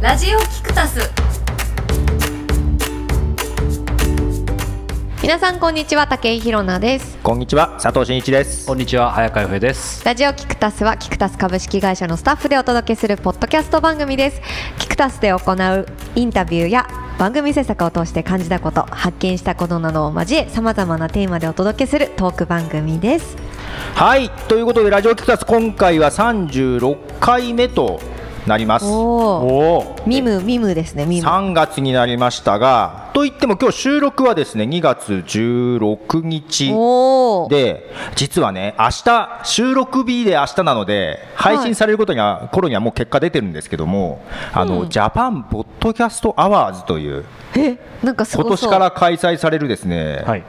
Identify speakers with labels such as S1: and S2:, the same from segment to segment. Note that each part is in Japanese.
S1: ラジオキクタス
S2: 皆さんこんにちは武井ひろなです
S3: こんにちは佐藤真一です
S4: こんにちは早川洋平です
S2: ラジオキクタスはキクタス株式会社のスタッフでお届けするポッドキャスト番組ですキクタスで行うインタビューや番組制作を通して感じたこと発見したことなどを交えさまざまなテーマでお届けするトーク番組です
S3: はいということでラジオキクタス今回は36回目となりますお
S2: おお
S3: お
S2: ミムミムですねミム
S3: 3月になりましたがといっても今日収録はですね2月16日
S2: おお
S3: で実はね明日収録日で明日なので配信されることには、頃にはもう結果出てるんですけどもあの、ジャパンポッドキャストアワーズという
S2: なんかす
S3: 今
S2: ご
S3: 年
S2: そう
S3: から開催されるですね、
S4: はい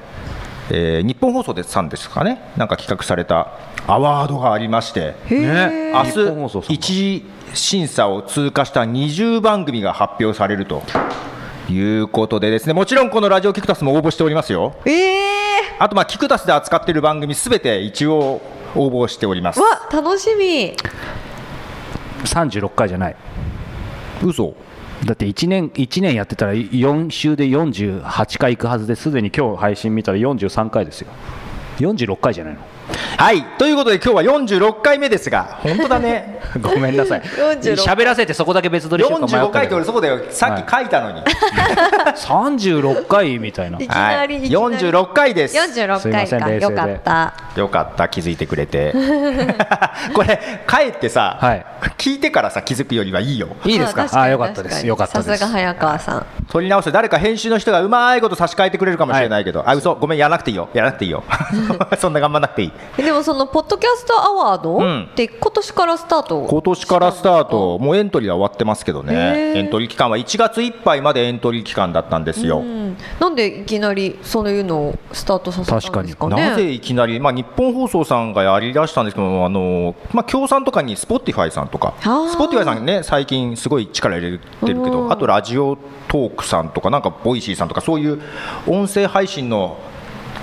S3: えー日本放送でさんですかね、なんか企画されたアワードがありまして、
S4: ね
S3: 明
S4: 日本放送さ
S3: 日
S4: ん
S3: 一次審査を通過した20番組が発表されるということで、ですねもちろんこのラジオキクタスも応募しておりますよ、
S2: ええ
S3: あと、まあ、キクタスで扱っている番組すべて一応応募しております
S2: ー、。わ楽しみ
S4: 36回じゃない
S3: 嘘
S4: だって1年一年やってたら4週で48回いくはずですでに今日配信見たら43回ですよ46回じゃないの
S3: はいということで、今日は46回目ですが、本当だね、ごめんなさい。
S2: 46
S4: 喋らせてそこだけ別撮りして
S3: 45回って俺、そこでさっき書いたのに、
S4: 36回みたいな
S2: いきなりいきなり
S3: 46回です。
S2: 46
S4: すいま
S2: 回
S4: せん
S2: か
S4: 冷静
S2: よ
S4: で
S2: かった
S3: よかった気づいてくれ てこれ帰ってさ、
S4: はい
S3: 聞いてからさ気づくよりはいいよ
S4: いいですか
S2: そう確に
S4: あよかったで
S2: 確
S4: すよかった
S2: さ
S4: です
S2: が早川さん
S3: 取り直して誰か編集の人がうまいこと差し替えてくれるかもしれないけど、あ嘘ごめんやらなくていいよやらなくてい いよそんな頑張んなくていい
S2: えでもそのポッドキャストアワード、
S3: うん
S2: って今年からスタート
S3: 今年からスタートもうエントリーは終わってますけど
S2: へ
S3: ね
S2: ー
S3: エントリー期間は1月いっぱいまでエントリー期間だったんですよ、
S2: うん、なんでいきなりそういうのをスタートさせたんですかね
S3: なぜいきなり、まあ、日本放送さんがやりだしたんですけど、あのまあ、共産とかにスポティファイさんとか、
S2: あー
S3: スポティファイさんね、最近すごい力入れてるけ
S2: うん
S3: ど、あとラジオトークさんとか、なんかボイシーさんとか、そういう音声配信の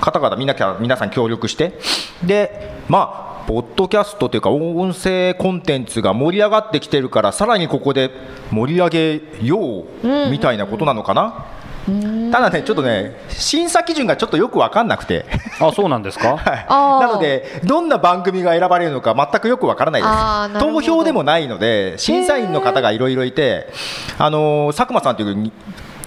S3: 方々、みんな皆さん協力して、で、まあ、ポッドキャストというか、音声コンテンツが盛り上がってきてるから、さらにここで盛り上げようみたいなことなのかな。ただね、ちょっとね、審査基準がちょっとよく分かんなくて。
S4: あそうなんです
S3: は
S4: か、
S3: い
S2: あー
S3: なので、どんな番組が選ばれるのか全くよくわからない
S2: あー
S3: で
S2: な
S3: す、
S2: るほど
S3: 投票でもないので、審査員の方がいろいろいて、あのー佐久間さんというに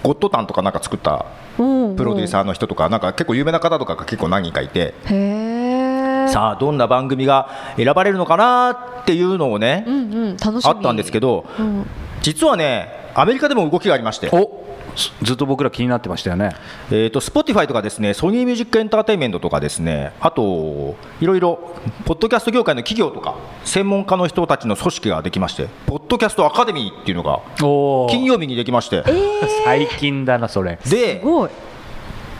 S3: ゴッドタンとかなんか作った
S2: うんうん
S3: プロデューサーの人とか、なんか結構有名な方とかが結構何人かいて、
S2: へえ
S3: さあ、どんな番組が選ばれるのかなっていうのをね、
S2: うんうん楽しみ
S3: あったんですけ
S2: ど、
S3: ど、
S2: うん、
S3: 実はね、アメリカでも動きがありまして、
S4: おずずっと僕ら気になってましたよね
S3: えー、と Spotify とかですねソニーミュージックエンターテインメントとかですねあといろいろポッドキャスト業界の企業とか専門家の人たちの組織ができましてポッドキャストアカデミーっていうのが
S4: お
S3: 金曜日にできまして
S4: 最近だなそれ
S3: です
S2: ごい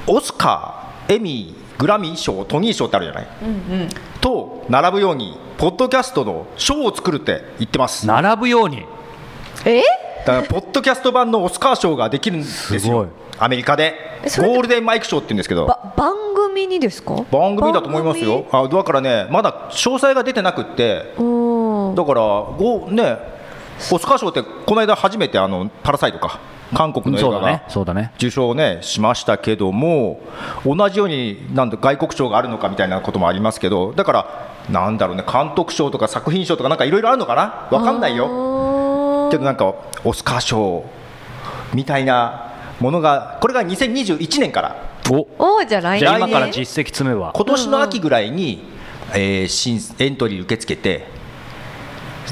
S3: オスカーエミーグラミー賞トニー賞ってあるじゃない、と並ぶようにポッドキャストの賞を作るって言ってますだか
S4: 並ぶように
S2: え
S3: らポッドキャスト版のオスカー賞ができるんです
S4: すごい
S3: よアメリカで
S2: えそれで
S3: ゴールデンマイク賞って言うんですけど
S2: ば番組にですか
S3: 番組だと思いますよあだからねまだ詳細が出てなくって
S2: 番組うん
S3: だからごねオスカー賞ってこの間初めてあの「パラサイトか」韓国の映
S4: そう
S3: 画
S4: だね
S3: が
S4: そうだね
S3: 受賞をねしましたけども同じようになんだ外国賞があるのかみたいなこともありますけどだからなんだろうね監督賞とか作品賞とかなんかいろいろあるのかなわかんない
S2: あ
S3: よ
S2: ー
S3: けどなんかオスカー賞みたいなものがこれが2021年から
S4: お
S2: おじゃあ来年
S4: じゃあ今から実績詰めば
S3: 今年の秋ぐらいに、えー申エントリー受け付けて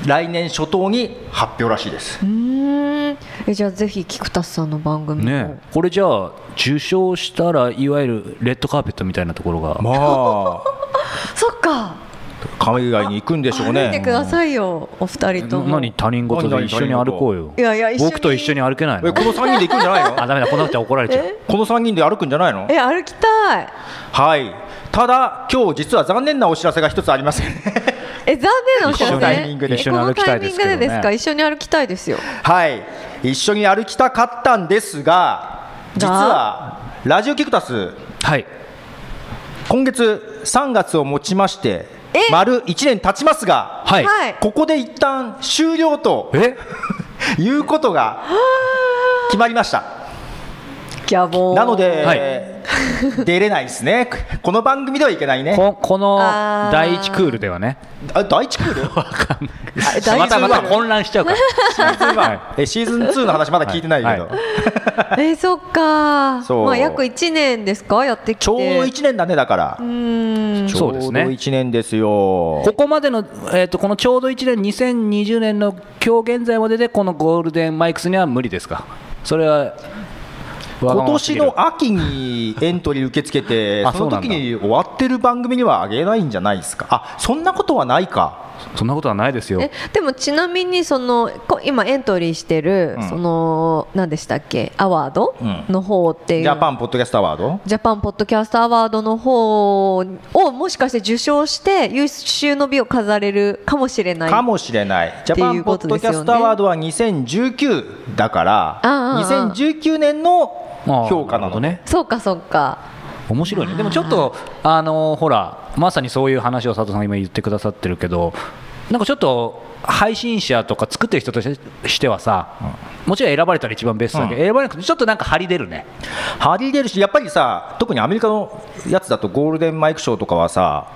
S3: 来年初頭に発表らしいです、
S2: うーんえじゃあぜひ菊田さんの番組も
S4: ねこれじゃあ受賞したらいわゆるレッドカーペットみたいなところが、
S3: まあ
S2: そっか
S3: 海外に行くんでしょ
S2: 歩
S3: う
S2: いて
S3: ね
S2: くださいよお二人とも
S4: 何他人事で一緒に歩こうよ
S2: いやいや一緒に
S4: 僕と一緒に歩けない
S3: え
S4: の
S3: この3人で行くんじゃない
S4: あ
S3: の
S4: ダメだこんなこと怒られちゃう
S3: この3人で歩くんじゃないの
S2: え歩きたい
S3: はいただ今日実は残念なお知らせが一つあります
S2: え残念なお知らせ
S3: 一緒のタイミングで
S2: え
S4: 一緒に歩きた
S2: このタ
S4: いですけどね
S2: イミングでですか一緒に歩きたいですよ
S3: はい一緒に歩きたかったんですが実はラジオキクタス
S4: はい
S3: 今月3月をもちまして
S2: え
S3: 丸1年経ちますが
S4: はい、
S2: はい
S3: ここで一旦終了と
S4: え
S3: いうことが決まりました
S2: ギャボー
S3: なので、
S4: は
S3: 出れないですねこの番組ではいけないね
S4: ここの
S2: あー
S4: 第一クールではね
S3: あ第一ク ール
S2: あ第一
S4: またまた
S2: 部
S4: 混乱しちゃうからは
S3: えシーズン2の話まだ聞いてないけど、
S4: は
S2: えーそっか
S3: そう
S2: まあ約1年ですかやってきて
S3: ちょうど1年だねだから、
S2: うーん
S4: い そうです
S3: ちょうど
S4: ね
S3: 1年ですよ
S4: ここまでの、えー、とこのちょうど1年2020年の今日現在まででこのゴールデンマイクスには無理ですかそれはわが
S3: 今
S4: まます
S3: 年
S4: ぎる
S3: の秋にエントリー受け付けて
S4: あ
S3: その時に終わってる番組にはあげないんじゃないですかあそんなことはないか
S4: そんなことはないですよ
S2: えでもちなみにそのこ今エントリーしてる、
S3: うん
S2: その何でしたっけアワード
S3: うん
S2: の方っていう、
S3: ジャパンポッドキャストアワード
S2: ジャパンポッドキャストアワードの方をもしかして受賞して優秀の美を飾れるかもしれない
S3: かもしれないジャパンポッドキャストアワードは2019だから
S2: ああああ
S3: 2019年の
S4: あー
S3: 評価なの
S4: るほど
S3: ね
S4: ね
S2: そうかそうか
S4: 面白いねでもちょっとあのほらまさにそういう話を佐藤さんが今言ってくださってるけどなんかちょっと配信者とか作ってる人としてしてはさ、もちろん選ばれたら一番ベストだけど、選ばれなくてちょっとなんか張り出るね
S3: 張り出るしやっぱりさ特にアメリカのやつだとゴールデンマイク賞とかはさ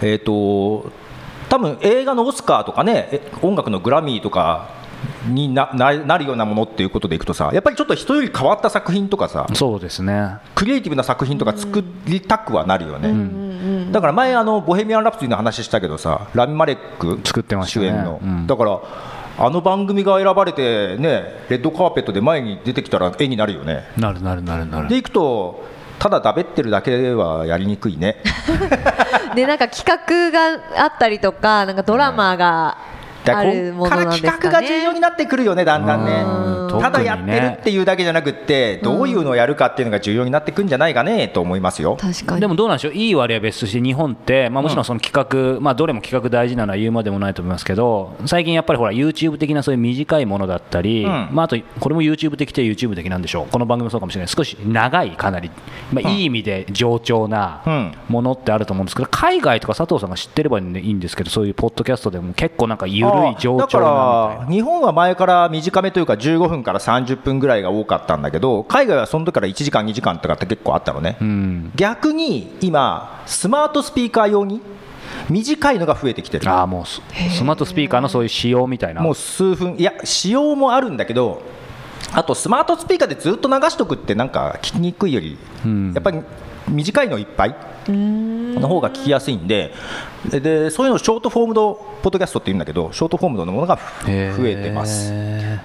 S3: えっ、と多分映画のオスカーとかねえ音楽のグラミーとかになななるようなものっていうことでいくとさやっぱりちょっと人より変わった作品とかさ
S4: そうですね
S3: クリエイティブな作品とか作りたくはなるよね、だから前あの「ボヘミアン・ラプソディ」の話したけどさラミ・マレック
S4: 作ってましたね
S3: 主演の、
S4: うん
S3: だからあの番組が選ばれてねレッドカーペットで前に出てきたら絵になるよね
S4: なるなるなるなる
S3: でいくとただだべってるだけではやりにく いね
S2: でなんか企画があったりとかなんかドラマが
S3: だ
S2: あ
S3: から
S2: る
S3: こ
S2: も
S3: っ
S2: の
S3: から
S2: なんです
S3: 企
S2: かね
S3: 画が重要になってくるよねだんだん
S4: うん
S3: ね
S4: 特に
S3: た
S4: ね
S3: だやってるっていうだけじゃなくってどういうのをやるかっていうのが重要になってくんじゃないかねと思いますよ、
S2: 確かに
S4: でもどうなんでしょういい割合は別として日本って、まあ、もちろんその企画、まあ、どれも企画大事なのは言うまでもないと思いますけど最近やっぱりほら YouTube 的なそういう短いものだったり、
S3: うん
S4: まあ、あとこれも YouTube 的と YouTube 的なんでしょうこの番組もそうかもしれない少し長いかなり、まあ、いい意味で冗長
S3: う
S4: なんものってあると思うんですけど海外とか佐藤さんが知ってればいいんですけどそういうポッドキャストでも結構なんか緩い冗
S3: だか
S4: 長なみたいな
S3: ら日本は前から短めというか15分から30分ぐらいが多かったんだけど海外はその時から1時間2時間とかって結構あったのね、
S4: うん
S3: 逆に今スマートスピーカー用に短いのが増えてきてる
S4: ああもうススマートスピーカーのそういう仕様みたいな
S3: もう数分いや仕様もあるんだけどあとスマートスピーカーでずっと流しとくってなんか聞きにくいより、
S4: うん
S3: やっぱり短いのいっぱいの方が聞きやすいんでででそういうのをショートフォームドポッドキャストって言うんだけどショートフォームドのものが増
S4: へー
S3: えてます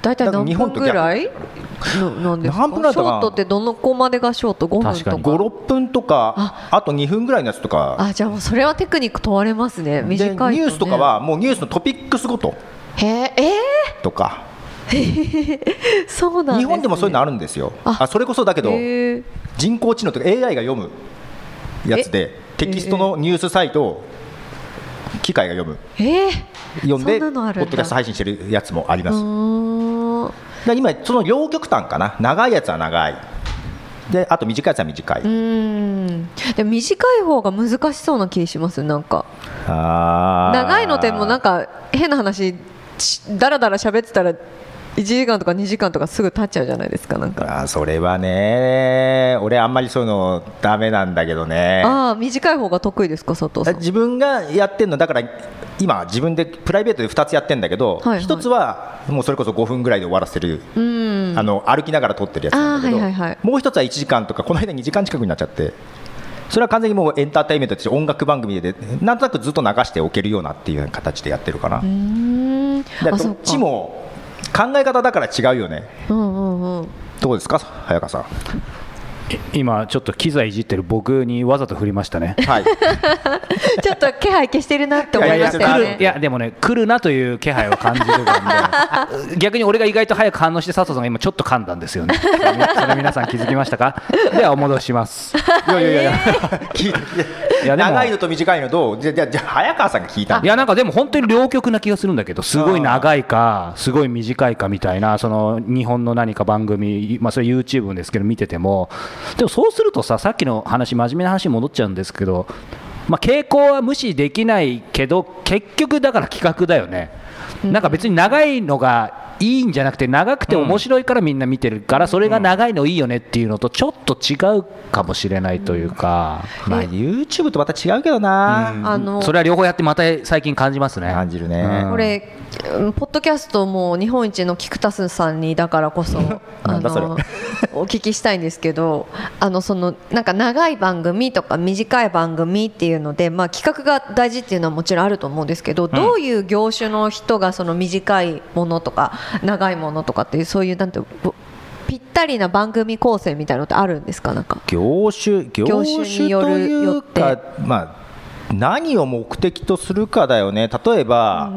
S2: 大体
S3: だから
S2: 何
S3: 日本
S2: 分
S3: と
S2: ぐらいのなんですか
S3: 何分ぐらい
S2: シ
S3: だ
S2: ョ
S3: ったかな
S2: ートってどの子までがショート5分
S4: 確か
S2: と
S4: に
S2: か
S3: 56分とか
S2: あ
S3: あと2分ぐらいのやつとか
S2: あじゃあもうそれはテクニック問われますね
S3: でニ
S2: 短いと、ね、
S3: ュースとかはもうニュースのトピックスごと
S2: へええ
S3: とか
S2: ーそうなんです、ね、
S3: 日本でもそういうのあるんですよ
S2: あ
S3: あそれこそだけど
S2: へー
S3: 人工知能とか AI が読むやつでテキストのニュースサイトを機械が読む
S2: えー、
S3: 読んで
S2: そ
S3: ポ
S2: んなのあ
S3: ッ
S2: るんだ
S3: ドキャスト配信してるやつもありま
S2: う
S3: す
S2: ーん
S3: で今その両極端かな長いやつは長いであと短いやつは短いう
S2: ーんでも短い方が難しそうな気しますなんか
S3: 長
S2: 長いのでもなんか変な話しだらだら喋ってたら1時間とか2時間とかすぐ経っちゃうじゃないですかなんか、
S3: あーそれはね俺あんまりそういうのダメなんだけどね
S2: ああ短い方が得意ですか佐藤さん
S3: 自分がやってるのだから今自分でプライベートで2つやってんだけど、
S2: はいはい
S3: 1つはもうそれこそ5分ぐらいで終わらせる、
S2: うん
S3: あの歩きながら撮ってるやつなんだけど、
S2: あーはいはいはい
S3: もう1つは1時間とかこの間2時間近くになっちゃってそれは完全にもうエンターテインメントとして音楽番組でなんとなくずっと流しておけるようなっていう形でやってるかな、
S2: うーん
S3: だから
S2: あそ
S3: ど
S2: っ
S3: っ
S2: か
S3: ちも考え方だから違うよね
S2: うんうんうん
S3: どうですか 早川さん
S4: 今ちょっと機材いじってる僕にわざと振りまし たね
S3: はい
S2: ちょっと気配消してるなって思いまし
S4: いや
S2: た
S4: い
S2: よ
S4: や来る
S2: ね
S4: いやでもね来るなという気配を感じてる ので逆に俺が意外と早く反応して佐藤さんが今ちょっと噛んだんですよねそれ皆さん気づきましたかではお戻します
S3: いやいやいやいや 聞いて聞いて
S4: いやでも
S3: 長いのと短いのとじゃあじゃあじゃあ早川さんが聞いたん
S4: い
S3: だ
S4: やなんかでも本当に両極な気がするんだけどすごい長いかすごい短いかみたいなその日本の何か番組、まあ、それ YouTube もですけど見ててもでもそうするとささっきの話真面目な話に戻っちゃうんですけど、まあ、傾向は無視できないけど結局だから企画だよねなんか別に長いのがいいんじゃなくて長くて面白いからみんな見てるから、それが長いのいいよねっていうのとちょっと違うかもしれないというか、
S3: まあ、YouTube とまた違うけどな、
S2: あの
S4: それは両方やってまた最近感じますね
S3: 感じるね、
S4: うん
S2: これ、うんポッドキャストも日本一のキクタスさんにだからこそ
S3: な
S2: あ
S3: んだそれ
S2: の お聞きしたいんですけどあのそのなんか長い番組とか短い番組っていうので、まあ、企画が大事っていうのはもちろんあると思うんですけど、どういう業種の人がその短いものとか長いものとかっていうそういうなんていうぼぴったりな番組構成みたいなのってあるんですかなんか
S3: 業種業
S2: 種
S3: 種
S2: による
S3: という
S2: よ
S3: か、まあ、何を目的とするかだよね例えば、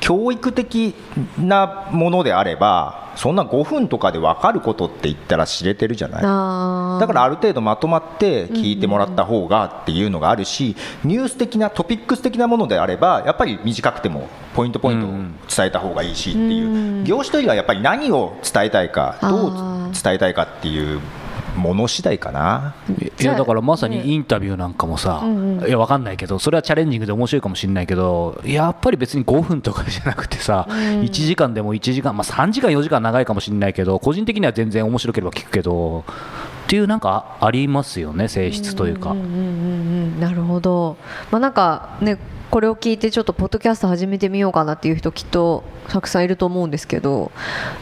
S3: 教育的なものであればそんな5分とかで分かることって言ったら知れてるじゃない
S2: あー
S3: だからある程度まとまって聞いてもらった方がっていうのがあるし、ニュース的なトピックス的なものであればやっぱり短くてもポイントポイントを伝えた方がいいしっていう、業種というよりはやっぱり何を伝えたいか
S2: あー
S3: どう伝えたいかっていうもの次第かな。
S4: いやだからまさにインタビューなんかもさ、いやわかんないけどそれはチャレンジングで面白いかもしれないけどやっぱり別に5分とかじゃなくてさ、1時間でも1時間、まあ、3時間4時間長いかもしれないけど個人的には全然面白ければ聞くけどっていうなんかありますよね性質というか、
S2: うんうんうんなるほど、まあ、なんかねこれを聞いてちょっとポッドキャスト始めてみようかなっていう人きっとたくさんいると思うんですけど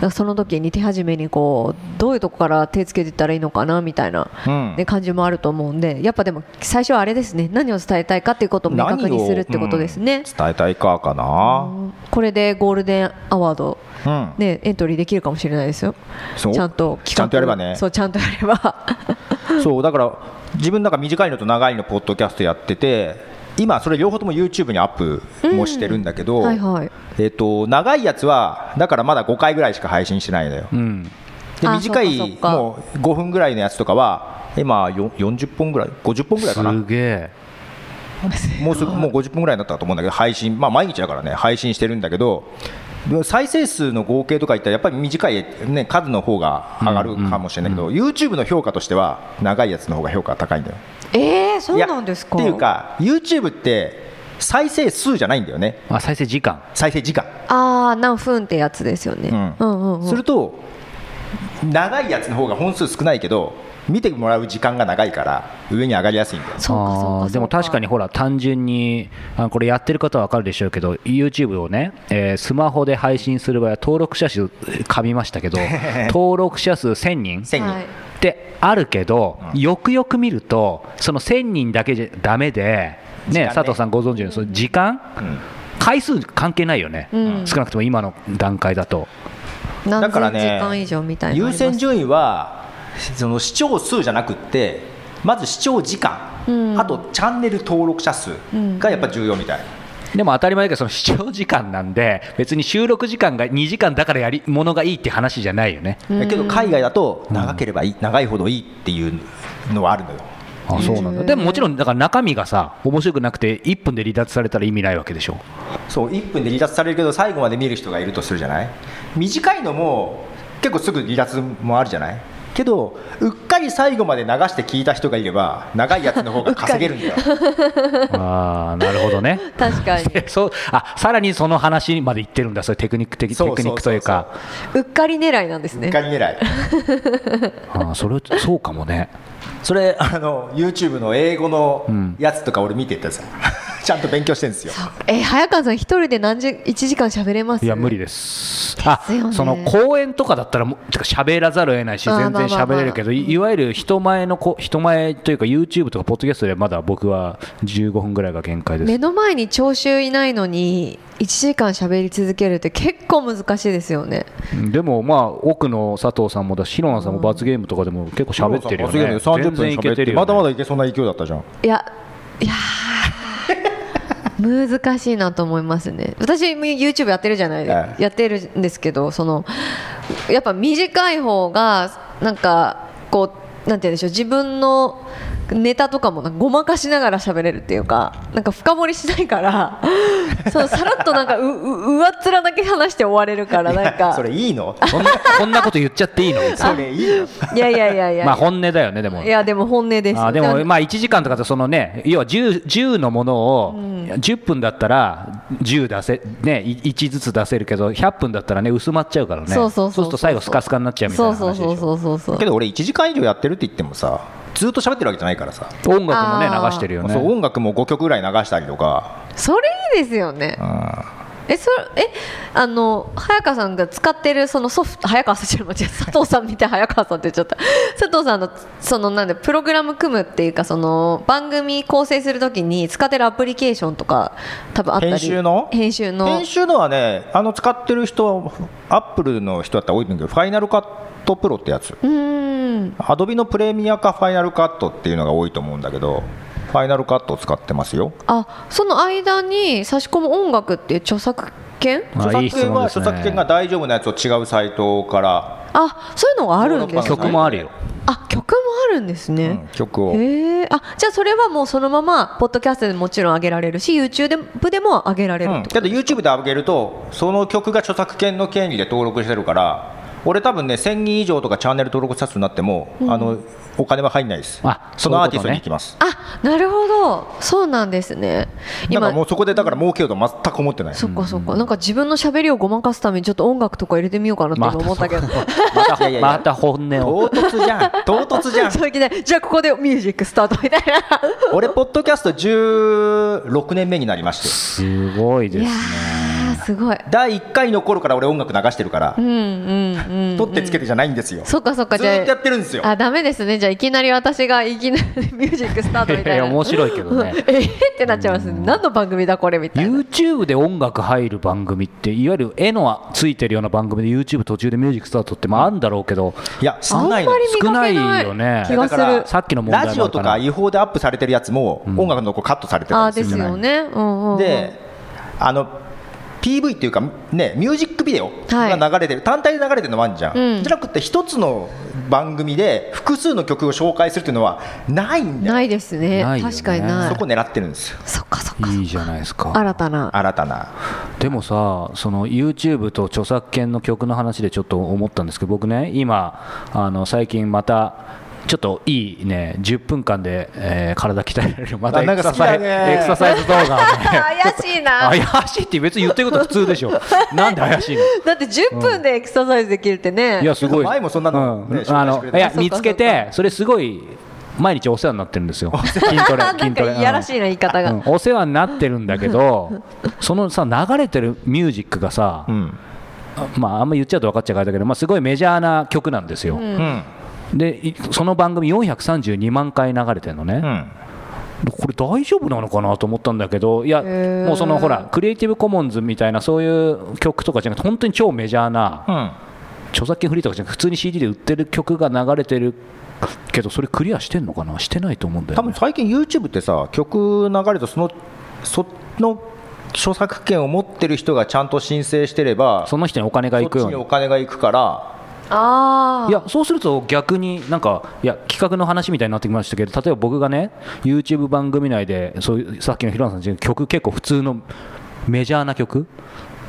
S2: なんかその時に手始めにこうどういうとこから手つけていったらいいのかなみたいな、
S3: うん
S2: ね、感じもあると思うんでやっぱでも最初はあれですね何を伝えたいかっていうことを明確にするってことですね、
S3: 伝えたいかかな、
S2: これでゴールデンアワード
S3: うん
S2: ね、エントリーできるかもしれないですよ
S3: そう
S2: ちゃんと企画
S3: ちゃんとやればね
S2: そうちゃんとやれば
S3: そうだから自分なんか短いのと長いのポッドキャストやってて今それ両方とも YouTube にアップもしてるんだけど、
S2: はいはい
S3: えっと長いやつはだからまだ5回ぐらいしか配信してないのよ、
S4: うん
S3: で
S2: あ
S3: 短い
S2: そっかそっか
S3: もう5分ぐらいのやつとかは今よ40本ぐらい50本ぐらいかな
S4: すげえ
S3: もうすぐもう50分ぐらいになったと思うんだけど配信、まあ、毎日だからね配信してるんだけど再生数の合計とかいったらやっぱり短い、ね、数の方が上がるかもしれないけど、YouTube の評価としては長いやつの方が評価高いんだよ。
S2: えー、そう
S3: いや
S2: なんですか
S3: っていうか YouTube って再生数じゃないんだよね
S4: あ再生時間
S3: 再生時間。
S2: ああ何分ってやつですよね。
S3: うん
S2: うんうんうん
S3: すると長いやつの方が本数少ないけど見てもらう時間が長いから上に上がりやすいんだよ
S2: そうかそうかそう
S4: あ
S2: か
S4: ーでも確かにほら単純にあこれやってる方は分かるでしょうけど YouTube をね、えースマホで配信する場合は登録者数かみました けど登録者数1000人
S3: 1000人、
S2: はい
S4: ってあるけど、よくよく見るとその1000人だけじゃダメで、
S3: 時間
S4: ね
S3: ね
S4: 佐藤さんご存知のようにその時間、回数関係ないよね、
S2: うん
S4: 少なくとも今の段階だと。
S2: 何
S3: だから
S2: 千時
S3: ね
S2: 間以上みたいなのありま
S3: 優
S2: す
S3: 先順位はその視聴数じゃなくってまず視聴時間、
S2: うん
S3: あとチャンネル登録者数がやっぱ重要みたい、
S4: でも当たり前だけどその視聴時間なんで別に収録時間が2時間だからやりものがいいって話じゃないよね。
S3: だけど海外だと長ければいい、長いほどいいっていうのはあるのよ
S4: あそうなんだでももちろんだから中身がさ面白くなくて1分で離脱されたら意味ないわけでし ょ
S3: そう1分で離脱されるけど最後まで見る人がいるとするじゃない短いのも結構すぐ離脱もあるじゃないけどうっかり最後まで流して聞いた人がいれば長いやつの方が稼げるんだよ
S4: ああなるほどね
S2: 確かに
S4: そうあさらにその話まで行ってるんだそういうテクニック的
S3: そう
S4: テ
S3: そう
S4: クニックというか
S2: うっかり狙いなんです
S3: うっ
S2: ね。
S3: かり狙い
S4: あーそれそうかもね
S3: それあの YouTube の英語のやつとか俺見ててさ ちゃんと勉強してるんですよ
S2: えー早川さん一人で何時一時間喋れます？
S4: いや無理ですあ
S2: すよね
S4: その公演とかだったらもうてか喋らざるを得ないし
S2: あー
S4: 全然喋れるけどいいわゆる人前のこ人前というか YouTube とかポッドキャストでまだ僕は15分ぐらいが限界です
S2: 目の前に聴衆いないのに一時間喋り続けるって結構難しいですよね。
S4: でもまあ奥の佐藤さんもだし篠野さんも罰ゲームとかでも結構喋ってるよね
S3: 30
S4: 全
S3: 分
S4: 然い
S3: 喋
S4: け
S3: って
S4: てるよね
S3: まだまだいけそうな勢いだったじゃん
S2: いやいや ー難しいなと思いますね私も YouTube やってるじゃない、
S3: ええ
S2: やってるんですけどそのやっぱ短い方がなんかこうなんて言うんでしょう自分のネタとかもなんかごまかしながら喋れるっていうかなんか深掘りしないから そうさらっとなんかうう上っ面だけ話して終われるからなん か
S3: それいいの
S4: こんなこんなこと言っちゃっていいのみたい
S3: それいいの
S2: いやいやいやいや、
S4: なまあ本音だよねで も
S2: いやでも本音です
S4: あーで
S2: だか
S4: も
S2: ら
S4: まあ1時間とかってそのね要は 10, 10のものを10分だったら10出せねい1ずつ出せるけど100分だったらね薄まっちゃうからね
S2: そうそうそうそう
S4: すると最後スカスカになっちゃうみたい
S2: そう
S4: な話
S2: そ
S4: で
S2: う
S4: しょ
S2: そうそうそうそう
S3: けど俺1時間以上やってるって言ってもさずっと喋ってるわけじゃないからさ、
S4: 音楽もね
S2: あー
S4: 流してるよね
S3: そう音楽も5曲ぐらい流したりとか、
S2: それいいですよね
S3: うん
S2: えそれえあの早川さんが使ってるそのソフト早川さんじゃない間違えた佐藤さんみたい早川さんって言っちゃった 佐藤さんのそのなんでプログラム組むっていうかその番組構成するときに使ってるアプリケーションとか多分あったり
S3: 編集の
S2: 編集の
S3: 編集のはねあの使ってる人アップルの人だったら多いんだけどファイナルカットプロってやつ
S2: うーん
S3: アドビのプレミアかファイナルカットっていうのが多いと思うんだけどファイナルカットを使ってますよ
S2: あその間に差し込む音楽っていう著作権
S4: あ
S3: 著
S4: いい
S3: 作
S4: 質
S3: 権
S4: 問
S3: は
S4: です
S3: 著作権
S4: ね
S3: が大丈夫なやつを違うサイトから
S2: あそういうのがあるんです
S3: ヨーロッパ
S4: 曲
S3: の
S2: ね
S4: もあるよ
S2: あ曲もあるんですね、
S3: うん曲を
S2: へえあじゃあそれはもうそのままポッドキャストでもちろん上げられるし YouTube でも上げられる
S3: うん、
S2: と、
S3: だって YouTube で上げるとその曲が著作権の権利で登録してるから俺多分ね1000人以上とかチャンネル登録者数になっても、あのお金は入んないです
S4: あ
S3: そのアーティスト
S4: そういうことね
S3: に行きます
S2: あなるほどそうなんですね
S3: だから
S2: 今
S3: もうそこでだから儲けようとは全く思ってない
S2: そっかそっかなんか自分の喋りをごまかすためにちょっと音楽とか入れてみようかなって今思ったけど、
S4: また
S3: いやいやいや
S4: また本音を
S3: 唐突じゃん唐突じゃん
S2: そういきなりじゃあここでミュージックスタートみたいな
S3: 俺ポッドキャスト16年目になりまして
S4: すごい
S2: い
S4: で
S2: や
S4: す
S2: ーすごい
S3: 第1回の頃から俺音楽流してるから、
S2: うんうんうん
S3: 取ってつけてじゃないんですよ、
S2: そっかそっか
S3: ず
S2: じゃ
S3: ーっと
S2: あ
S3: やってるんですよ
S2: あダメですねじゃあいきなり私がいきなり ミュージックスタートみたい
S4: いや
S2: な
S4: 面白いけどね
S2: えーってなっちゃいますね何の番組だこれみたいな
S4: YouTube で音楽入る番組っていわゆる絵のついてるような番組で YouTube 途中でミュージックスタートってまああるんだろうけど
S3: いや少ないの
S2: あんまり見かけ
S4: 少
S2: な
S4: ないいよね
S2: 気がする
S3: だから
S4: さっきの問題もある
S3: ラジオとか違法でアップされてるやつも音楽のとこカットされて
S2: あ
S3: た
S2: あ
S3: りす
S2: で
S3: るじ
S2: す
S3: ゃない、
S2: よねうんうんうん
S3: であの PV っていうかねミュージックビデオ
S2: は
S3: が
S2: い
S3: 流れてる、単体で流れてるのもあるじゃん、
S2: うん
S3: じゃなくて一つの番組で複数の曲を紹介するっていうのはないんだよ
S2: ないですね
S4: ないよね
S2: 確かにない
S3: そこ狙ってるんですよ
S2: そっかそっか
S4: いいじゃないですか
S2: 新たな
S3: 新たな
S4: でもさその YouTube と著作権の曲の話でちょっと思ったんですけど僕ね今あの最近またちょっといいね10分間で、えー体鍛えられるまた
S3: あ
S4: エ
S3: なん
S4: ク
S3: か
S4: サ
S3: 好きだ
S4: サイズ
S3: ね
S4: エクササイズ動画を ね
S2: 怪しいな
S4: 怪しいって別に言ってること普通でしょなんで怪しいの
S2: だって10分でエクササイズできるってね
S4: いやすごい
S3: 前もそんなの
S4: うん
S3: ね紹介し
S4: あ
S3: て
S4: の
S3: くれ
S4: い
S3: た
S4: や
S2: そっか
S4: 見つけ
S2: そって
S4: それすごい毎日お世話になってるんですよ筋トレ
S2: なん
S4: 筋
S2: か
S4: トレ
S2: いやらしいな言い方
S4: う
S2: が
S4: んお世話になってるんだけどそのさ流れてるミュージックがさ、
S3: うん
S4: まあ、あんま言っちゃうと分かっちゃうからだけど、まあ、すごいメジャーな曲なんですよ、
S3: うん
S4: でいその番組432万回流れてるのね、
S3: うん
S4: これ大丈夫なのかなと思ったんだけどいや
S2: へー
S4: もうそのほらクリエイティブコモンズみたいなそういう曲とかじゃなくて本当に超メジャーな
S3: うん
S4: 著作権フリーとかじゃなくて普通に CD で売ってる曲が流れてるけどそれクリアしてんのかなしてないと思うんだ
S3: 多
S4: よ、
S3: 分
S4: ね、
S3: 最近 YouTube ってさ曲流れるとそのその著作権を持ってる人がちゃんと申請してれば
S4: その人にお金が
S3: そ
S4: い
S3: っ
S4: く
S3: ち
S4: よう
S3: に
S4: に
S3: お金がいくから
S2: ああ
S4: いやそうすると逆になんかいや企画の話みたいになってきましたけど例えば僕がね YouTube 番組内でそういうさっきの平野さんの曲結構普通のメジャーな曲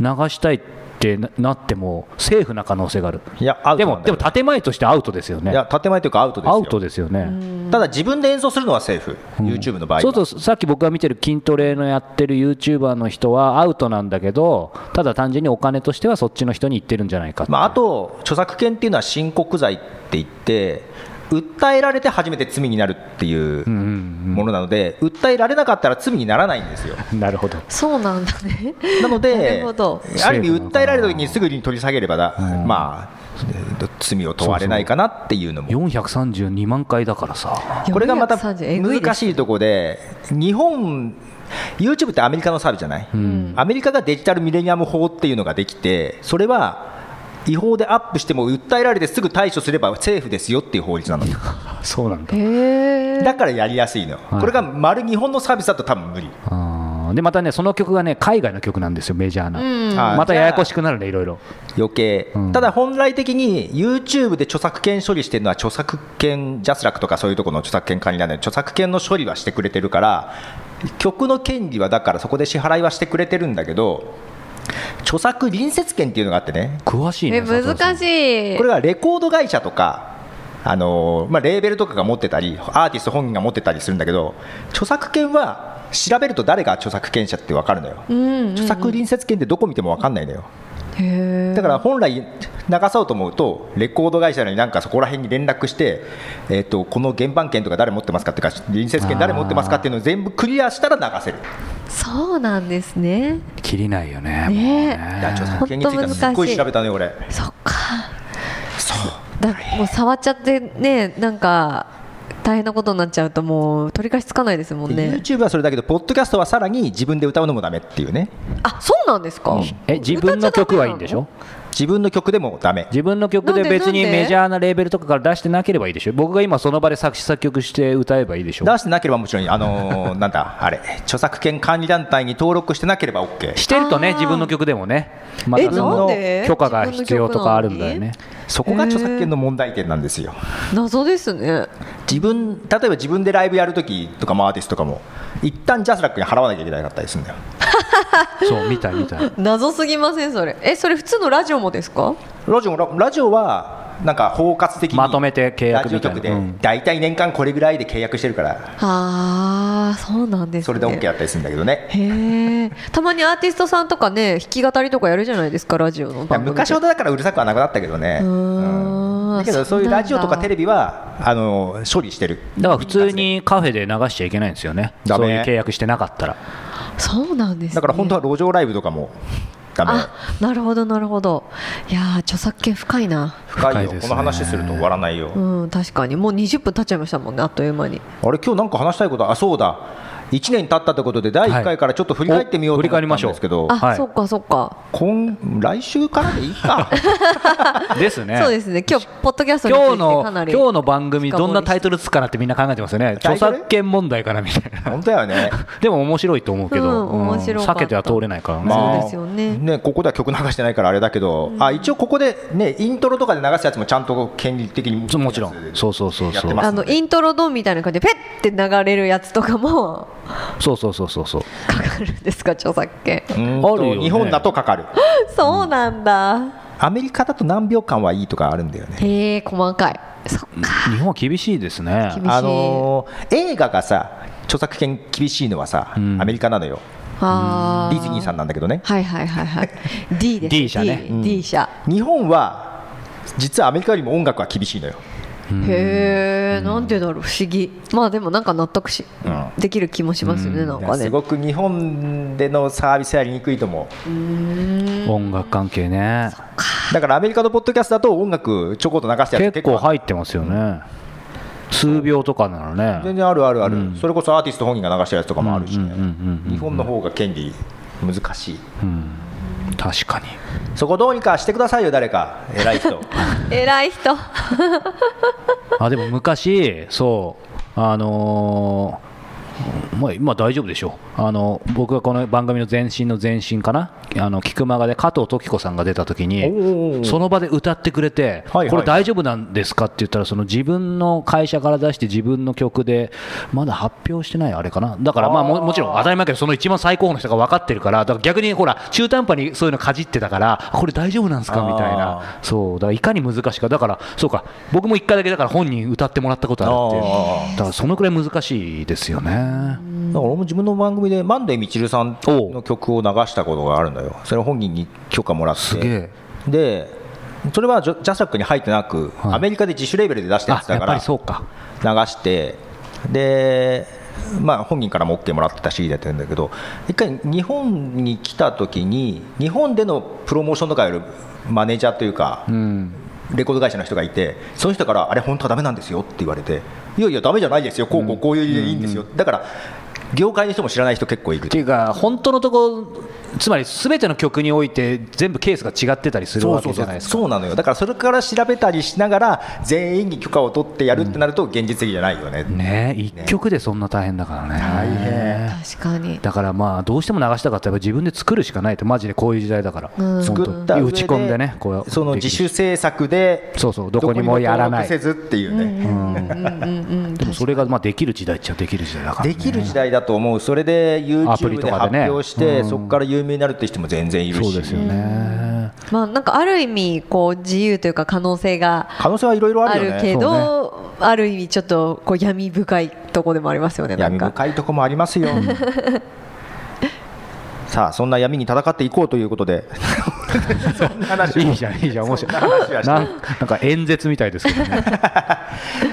S4: 流したいってななってもセーフな可能性がある
S3: いやアウ
S4: で
S3: トな
S4: も
S3: んだ
S4: で
S3: よ
S4: も建前としてアウトですよね
S3: いや建前というかアウトですよ
S4: アウトですよね
S3: ただ自分で演奏するのはセーフ、YouTube の場合は
S4: そうするとさっき僕が見てる筋トレのやってる YouTuber の人はアウトなんだけどただ単純にお金としてはそっちの人に行ってるんじゃないかっていう
S3: まあ、あと著作権っていうのは申告罪って言って訴えられて初めて罪になるっていうものなので、訴えられなかったら罪にならないんです よ
S4: なるほど
S2: そうなんだね
S3: なの
S2: な
S3: で
S2: るほど
S3: ある意味訴えられた時にすぐに取り下げればだ、まあえー罪を問われないかなっていうのも
S4: 432万回だからさ
S3: これがまた
S2: 430えぐいです
S3: 難しいとこで日本 YouTube ってアメリカのサービスじゃない、アメリカがデジタルミレニアム法っていうのができてそれは違法でアップしても訴えられてすぐ対処すればセーフですよっていう法律なの
S4: そうなんだ
S2: へえ
S3: だからやりやすいの、これが丸日本のサービスだと多分無理
S4: あーでまたねその曲がね海外の曲なんですよメジャーな、
S2: うん
S3: あー
S4: またややこしくなるねいろいろ
S3: 余計、
S4: うん
S3: ただ本来的に YouTube で著作権処理してるのは著作権ジャスラックとかそういうところの著作権管理なんで著作権の処理はしてくれてるから曲の権利はだからそこで支払いはしてくれてるんだけど著作隣接権っていうのがあってね
S4: 詳しいね
S2: え難し
S4: い
S2: い
S3: これがレコード会社とか、あのーまあ、レーベルとかが持ってたりアーティスト本人が持ってたりするんだけど著作権は調べると誰が著作権者って分かるのよ、
S2: うんうんうん
S3: 著作隣接権ってどこ見ても分かんないのよ
S2: へー
S3: だから本来流そうと思うとレコード会社になんかそこら辺に連絡して、えー、とこの原版権とか誰持ってますかっていうか隣接権誰持ってますかっていうのを全部クリアしたら流せる
S2: そうなんですね
S4: 切りないよね
S2: ね
S4: もう
S3: いや著作権については
S2: ほんと難しい
S3: すっごい調べたね俺
S2: そっか
S3: そう
S2: だもう触っちゃってねなんか大変なことになっちゃうともう取り返しつかないですもん
S3: で
S2: ね
S3: YouTube はそれだけどポッドキャストはさらに自分で歌うのもダメっていうね
S2: あそうなんですか
S4: え自分の曲はいいんでしょ
S3: 自分の曲でもダメ
S4: 自分の曲
S2: な
S4: で
S2: んで
S4: 別に
S2: なんで
S4: メジャーなレーベルとかから出してなければいいでしょ僕が今その場で作詞作曲して歌えばいいでしょ
S3: 出してなければもちろんあのーなんだあれ著作権管理団体に登録してなければ OK
S4: してると
S2: あ
S4: ね
S2: ー
S4: 自分の曲でもねまたそ
S3: なん
S4: の
S2: で
S4: 許可が必要とかあるんだよね
S3: そこが著作権の問題点なんですよ
S2: 謎ですね
S3: 自分例えば自分でライブやるときとかもアーティストとかも一旦ジャスラックに払わなきゃいけなかったりするんだよ
S4: そうみたいみたい
S2: 謎すぎませんそれえそれ普通のラジオもですか
S3: ラジオララジオはなんか包括的に
S4: まとめて契
S3: ラ
S4: 約みたいな
S3: ジオ
S4: う
S3: 局
S4: ん
S3: で大体年間これぐらいで契約してるから
S2: ああそうなんですね
S3: それで OK だったりするんだけどね
S2: へえたまにアーティストさんとかね弾き語りとかやるじゃないですかラジオの
S3: いや
S2: 番組で
S3: 昔ほどだからうるさくはなくなったけどね
S2: うーん
S3: うんだけどそういうラジオとかテレ
S2: ビ
S3: ビはあの処理してる
S4: だから普通に カフェで流しちゃいけないんですよね
S3: ダメ
S4: そういう契約してなかったら
S2: そうなんです、ね、
S3: だから本当は路上ライブとかもダメ
S2: あなるほどなるほどいやー著作権深いな
S3: 深い
S4: 深い
S3: よ
S4: ですね
S3: この話すると終わらないよ
S2: うん確かにもう20分経っちゃいましたもんねあっという間に
S3: あれ今日なんか話したいことあそうだ1年経ったということで第1
S4: は
S3: 回
S4: い
S3: からちょっと振り返ってみようと思ったんですけど、
S2: あ、
S4: はい
S2: そっかそっか、
S3: 今来週からでいい か
S4: ですね
S2: そうですね今日ポッドキャストについ
S4: 今
S2: て
S4: 日の
S2: かなり
S4: 今日の番組どんなタイトルつくかなってみんな考えてますよね
S3: タ
S4: 著
S3: イトル
S4: 作権問題からみたいな
S3: 本当だよね
S4: でも面白いと思うけど、
S2: うん面白かった
S4: 避けては通れないからね、
S2: そうですよね
S3: ここでは曲流してないからあれだけど、あ一応ここで、ね、イントロとかで流すやつもちゃんと権利的に
S4: そうもちろんそうそうそう
S3: やっ
S4: そう
S3: てます
S2: あのイントロドンみたいな感じでペッって流れるやつとかも
S4: そうそうそうそうそう
S2: かかるんですか著作権
S3: うんと
S4: あるよね
S3: 日本だとかかる
S2: そうなんだ、
S3: アメリカだと何秒間はいいとかあるんだよね
S2: へえ細かいそっか
S4: 日本は厳しいですね
S2: 厳しい
S3: あのー映画がさ著作権厳しいのはさ、
S4: うん
S3: アメリカなのよ
S2: あ
S3: ディズニーさんなんだけどね
S2: はいはいはいはい D です
S4: D 社ね
S2: D, D 社、
S3: 日本は実はアメリカよりも音楽は厳しいのよ
S2: へえ、なんでだろう不思議まあでもなんか納得し、
S3: うん
S2: できる気もしますよね、なんかね
S3: すごく日本でのサービスやりにくいと思う
S4: 音楽関係ね
S3: だからアメリカのポッドキャストだと音楽ちょこっと流してやる
S4: 結構入ってますよね数秒とかなら
S3: 全
S4: ね
S3: 然あるあるある、それこそアーティスト本人が流してるやつとかもあるし
S4: うんうんうんうんうん
S3: 日本の方が権利難しい
S4: うん確かに
S3: そこどうにかしてくださいよ誰か偉い 人
S2: 偉い人
S4: あでも昔そうあのーまあ、今大丈夫でしょうあの僕がこの番組の前身の前身かなあの菊間がで加藤時子さんが出た時
S3: おー
S4: にその場で歌ってくれて、
S3: はいはい
S4: これ大丈夫なんですかって言ったらその自分の会社から出して自分の曲でまだ発表してないあれかなだからまあももちろん当たり前だけどその一番最高峰の人が分かってるからだから逆にほら中途半端にそういうのかじってたからこれ大丈夫なんですかみたいな
S3: あー
S4: そうだからいかに難しいかだからそうか僕も一回だけだから本人歌ってもらったことあるっていうだからそのくらい難しいですよ
S3: だ
S4: ね
S3: から俺も自分の番組で万でみちるさんの曲を流したことがあるんだよそれ本人に許可もらって
S4: すげえ
S3: でそれはジャジャスラックに入ってなく、
S4: い
S3: アメリカで自主レーベルで出してるや
S4: あ
S3: つ
S4: や
S3: だ
S4: っ
S3: か
S4: ぱ
S3: ら
S4: りそうか
S3: 流してで、まあ、本人からも OK もらってた CD だったんだけど一回日本に来た時に日本でのプロモーションとかやるマネージャーというか、
S4: うん
S3: レコード会社の人がいてその人からあれ本当はダメなんですよって言われていやいやダメじゃないですよこうこうこういう理由でいいんですよ、だから業界の人も知らない人結構いる
S4: っていうか本当のとこつまりすべての曲において全部ケースが違ってたりする
S3: そ
S4: わ
S3: うそ
S4: け
S3: う
S4: じ
S3: そ
S4: ゃないうですか。
S3: そうなのよだからそれから調べたりしながら全員に許可を取ってやるってなると現実的じゃないよね、
S4: ね一曲でそんな大変だからね。
S3: 大変
S2: 確かに
S4: だからまあどうしても流したかったらやっぱ自分で作るしかないとマジでこういう時代だから、
S2: うん
S4: 本当
S3: 作った上で
S4: 打ち込んでねこう
S3: その自主制作で
S4: そうそうどこにもやらない
S3: どこにも登録せずっていうね、
S4: でもそれがまあできる時代っちゃできる時代だから、ね、
S3: できる時代だと思う、それで
S4: アプ
S3: YouTube
S4: リと
S3: で
S4: かで
S3: 発
S4: ね
S3: 表して、
S4: うん
S3: そこから有名になるって人も全然いる
S4: そう
S3: し
S4: で、すよね、
S2: まあなんかある意味こう自由というか可能性が
S3: 可能性はいろいろあ
S2: あ
S3: るよ
S2: る
S3: ね、
S2: けど、ある意味ちょっとこう闇深いとこでもありますよねなん
S3: 闇
S2: か
S3: 深いとこもあり ますよ。さあそんな闇に戦っていこうということ でそんな話を
S4: いいじゃんいいじゃん面白い
S3: そんな話はして
S4: なんなんか演説みたいですけ どね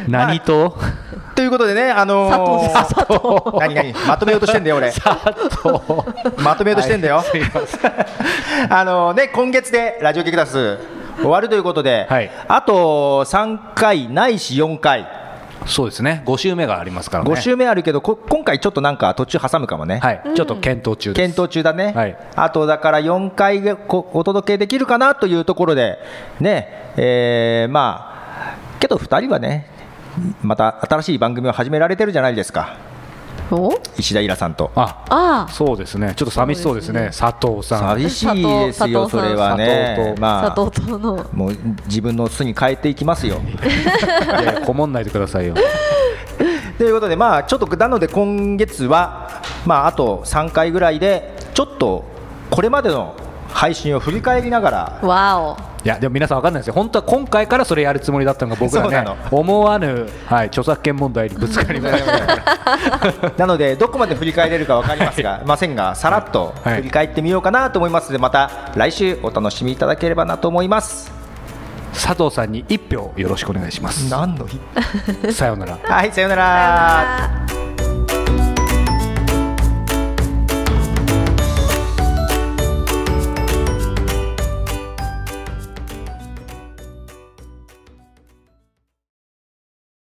S4: 何と
S3: ということでねあのー、何何まとめようとしてんだよ俺まとめようとしてんだよ、 あのね、今月でラジオキクタス終わるということで、
S4: はい
S3: あと3回ないし4回、
S4: そうですね5週目がありますからね
S3: 5週目あるけど、こ今回ちょっとなんか途中挟むかもね、
S4: はいちょっと検討中です
S3: 検討中だね、
S4: はい
S3: あとだから4回でこお届けできるかなというところで、ねえーまあ、けど2人はね、また新しい番組を始められてるじゃないですか、
S2: お
S3: 石田イラさんと。
S4: あ
S2: ああ
S4: そうですねちょっと寂しそうですね佐藤さん
S3: 寂しいですよ、
S2: 佐藤さ
S3: そ
S2: ん
S3: れは
S4: 佐
S3: ね
S4: 藤。と
S3: まあ
S2: 佐藤との
S3: もう自分の巣に変えていきます よ。
S4: いやいやこもんないでくださいよ
S3: ということで、まあ、ちょっとなので今月は、まあ、あと3回ぐらいでちょっとこれまでの配信を振り返りなが ら。
S2: わ
S4: いやでも皆さん分かんないですよ、本当は今回からそれやるつもりだったのが、僕
S3: そうな
S4: らね
S3: の、
S4: 思わぬ、はい、著作権問題にぶつかりました
S3: なのでどこまで振り返れるか分かりますが、ませんがさらっと
S4: はい
S3: 振り返ってみようかなと思いますのでまた来週お楽しみいただければなと思います。
S4: 佐藤さんに一票よろしくお願いします。
S3: 何の日
S4: さようなら
S3: はいさような
S2: お
S3: ら
S2: あ